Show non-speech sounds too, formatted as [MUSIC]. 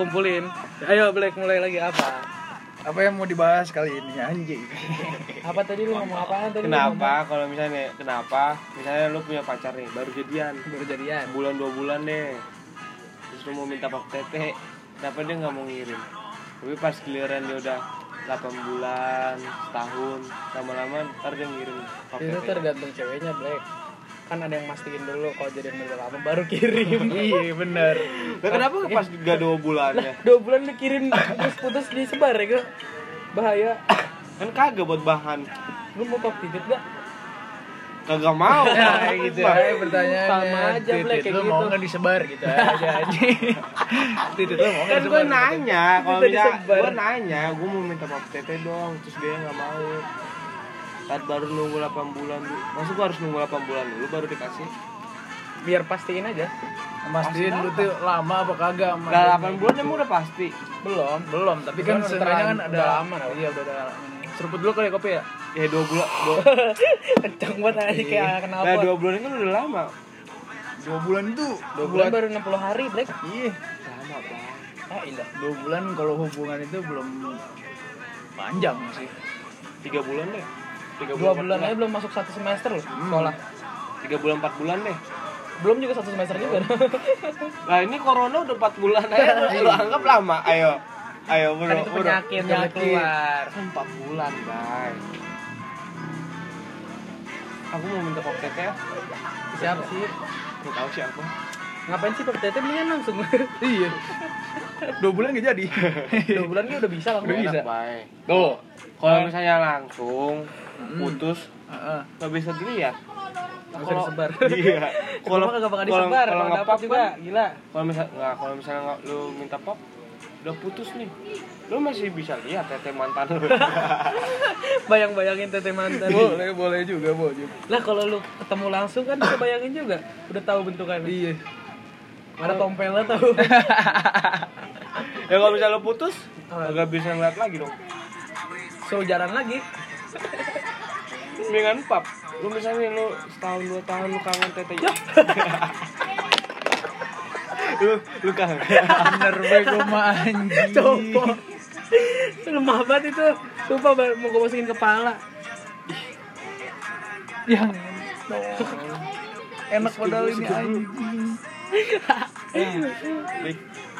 kumpulin. Ayo Black mulai lagi apa? apa yang mau dibahas kali ini anjing Apa tadi lu ngomong apaan tadi? lu ngomong? Kenapa kalau misalnya kenapa misalnya lu punya pacar nih baru jadian Baru jadian. bulan dua bulan deh terus lu mau minta pap tete kenapa dia nggak mau ngirim tapi pas giliran dia udah 8 bulan setahun lama-lama ntar dia ngirim pap Iya, Itu tete tergantung ceweknya Black. Kan ada yang mastiin dulu kalau jadian berapa lama baru kirim. [LAUGHS] iya bener Lah, kenapa pas gak dua bulannya Dua bulan dikirim terus putus disebar ya gak? Bahaya. kan kagak buat bahan Lu mau pap titit gak? kagak mau nah gitu makanya pertanyaannya Sama aja, titit Black, kayak lu mau gitu. nggak disebar gitu aja anjing titit lu mau nggak kan gue disebar nanya kalau Kita misalnya disebar. gue nanya gue mau minta pap tete dong terus dia nggak mau Tad baru nunggu 8 bulan dulu masa gue harus nunggu 8 bulan dulu baru dikasih [LAUGHS] Biar pastiin aja. mastiin lu tuh lama apa kagak sama nggak dia. 8 Nah, bulan emang udah pasti Belum. belum tapi kan Belum, sebenarnya kan udah ada lama, lah. iya udah ada ini. seruput dulu kali kopi [LAUGHS] ya ya 2 bulan dua, Kencang banget aja kayak Iya. kenapa? ya? nah 2 bulan kan udah lama dua bulan itu Dua bulan baru 60 hari Black. iya lama banget Ah indah. dua bulan kalau hubungan itu belum panjang sih 3 bulan deh 3 Dua bulan aja belum masuk satu semester loh Hmm. sekolah. 3 bulan 4 bulan deh Belum juga satu semester [LAUGHS] juga. nah ini corona udah 4 bulan aja lu, lu anggap lama ayo ayo bro kan itu bro. penyakit yang Penyakit. keluar. kan 4 bulan bang aku mau minta pop tete ya Siapa sih? Gak tau siapa Ngapain sih PPTT mendingan langsung [LAUGHS] iya dua bulan nggak jadi Dua bulan kan udah bisa langsung Udah bisa. Enak, Bay. tuh Kalau misalnya langsung Mm. putus Heeh. nggak bisa dilihat. Nggak bisa Kalau- disebar. [LAUGHS] [LAUGHS] Iya. Kalau kagak bakal kalau- disebar, kalau kalau nggak dapat pop juga kan, gila. kalau misal nggak kalau misalnya nggak- lu minta pop udah putus nih. Lu masih bisa lihat tete mantan lu. [LAUGHS] Bayang-bayangin tete mantan. boleh Iya. ya, boleh juga boleh lah kalau lu ketemu langsung kan bisa bayangin juga. Udah tahu bentukannya. iya Ada tompelnya [LAUGHS] tahu. ya kalau misalnya lu putus Ah. Apa? nggak bisa ngeliat lagi dong. Suruh jalan lagi. Mendingan pop. Lu misalnya lu setahun dua tahun lu kangen tete. [LAUGHS] lu lu [LAUGHS] kangen. bener bego mah anjing Coba. Lemah banget itu. Sumpah ba- mau gue masukin kepala. yang enak padahal ini anjing Dik,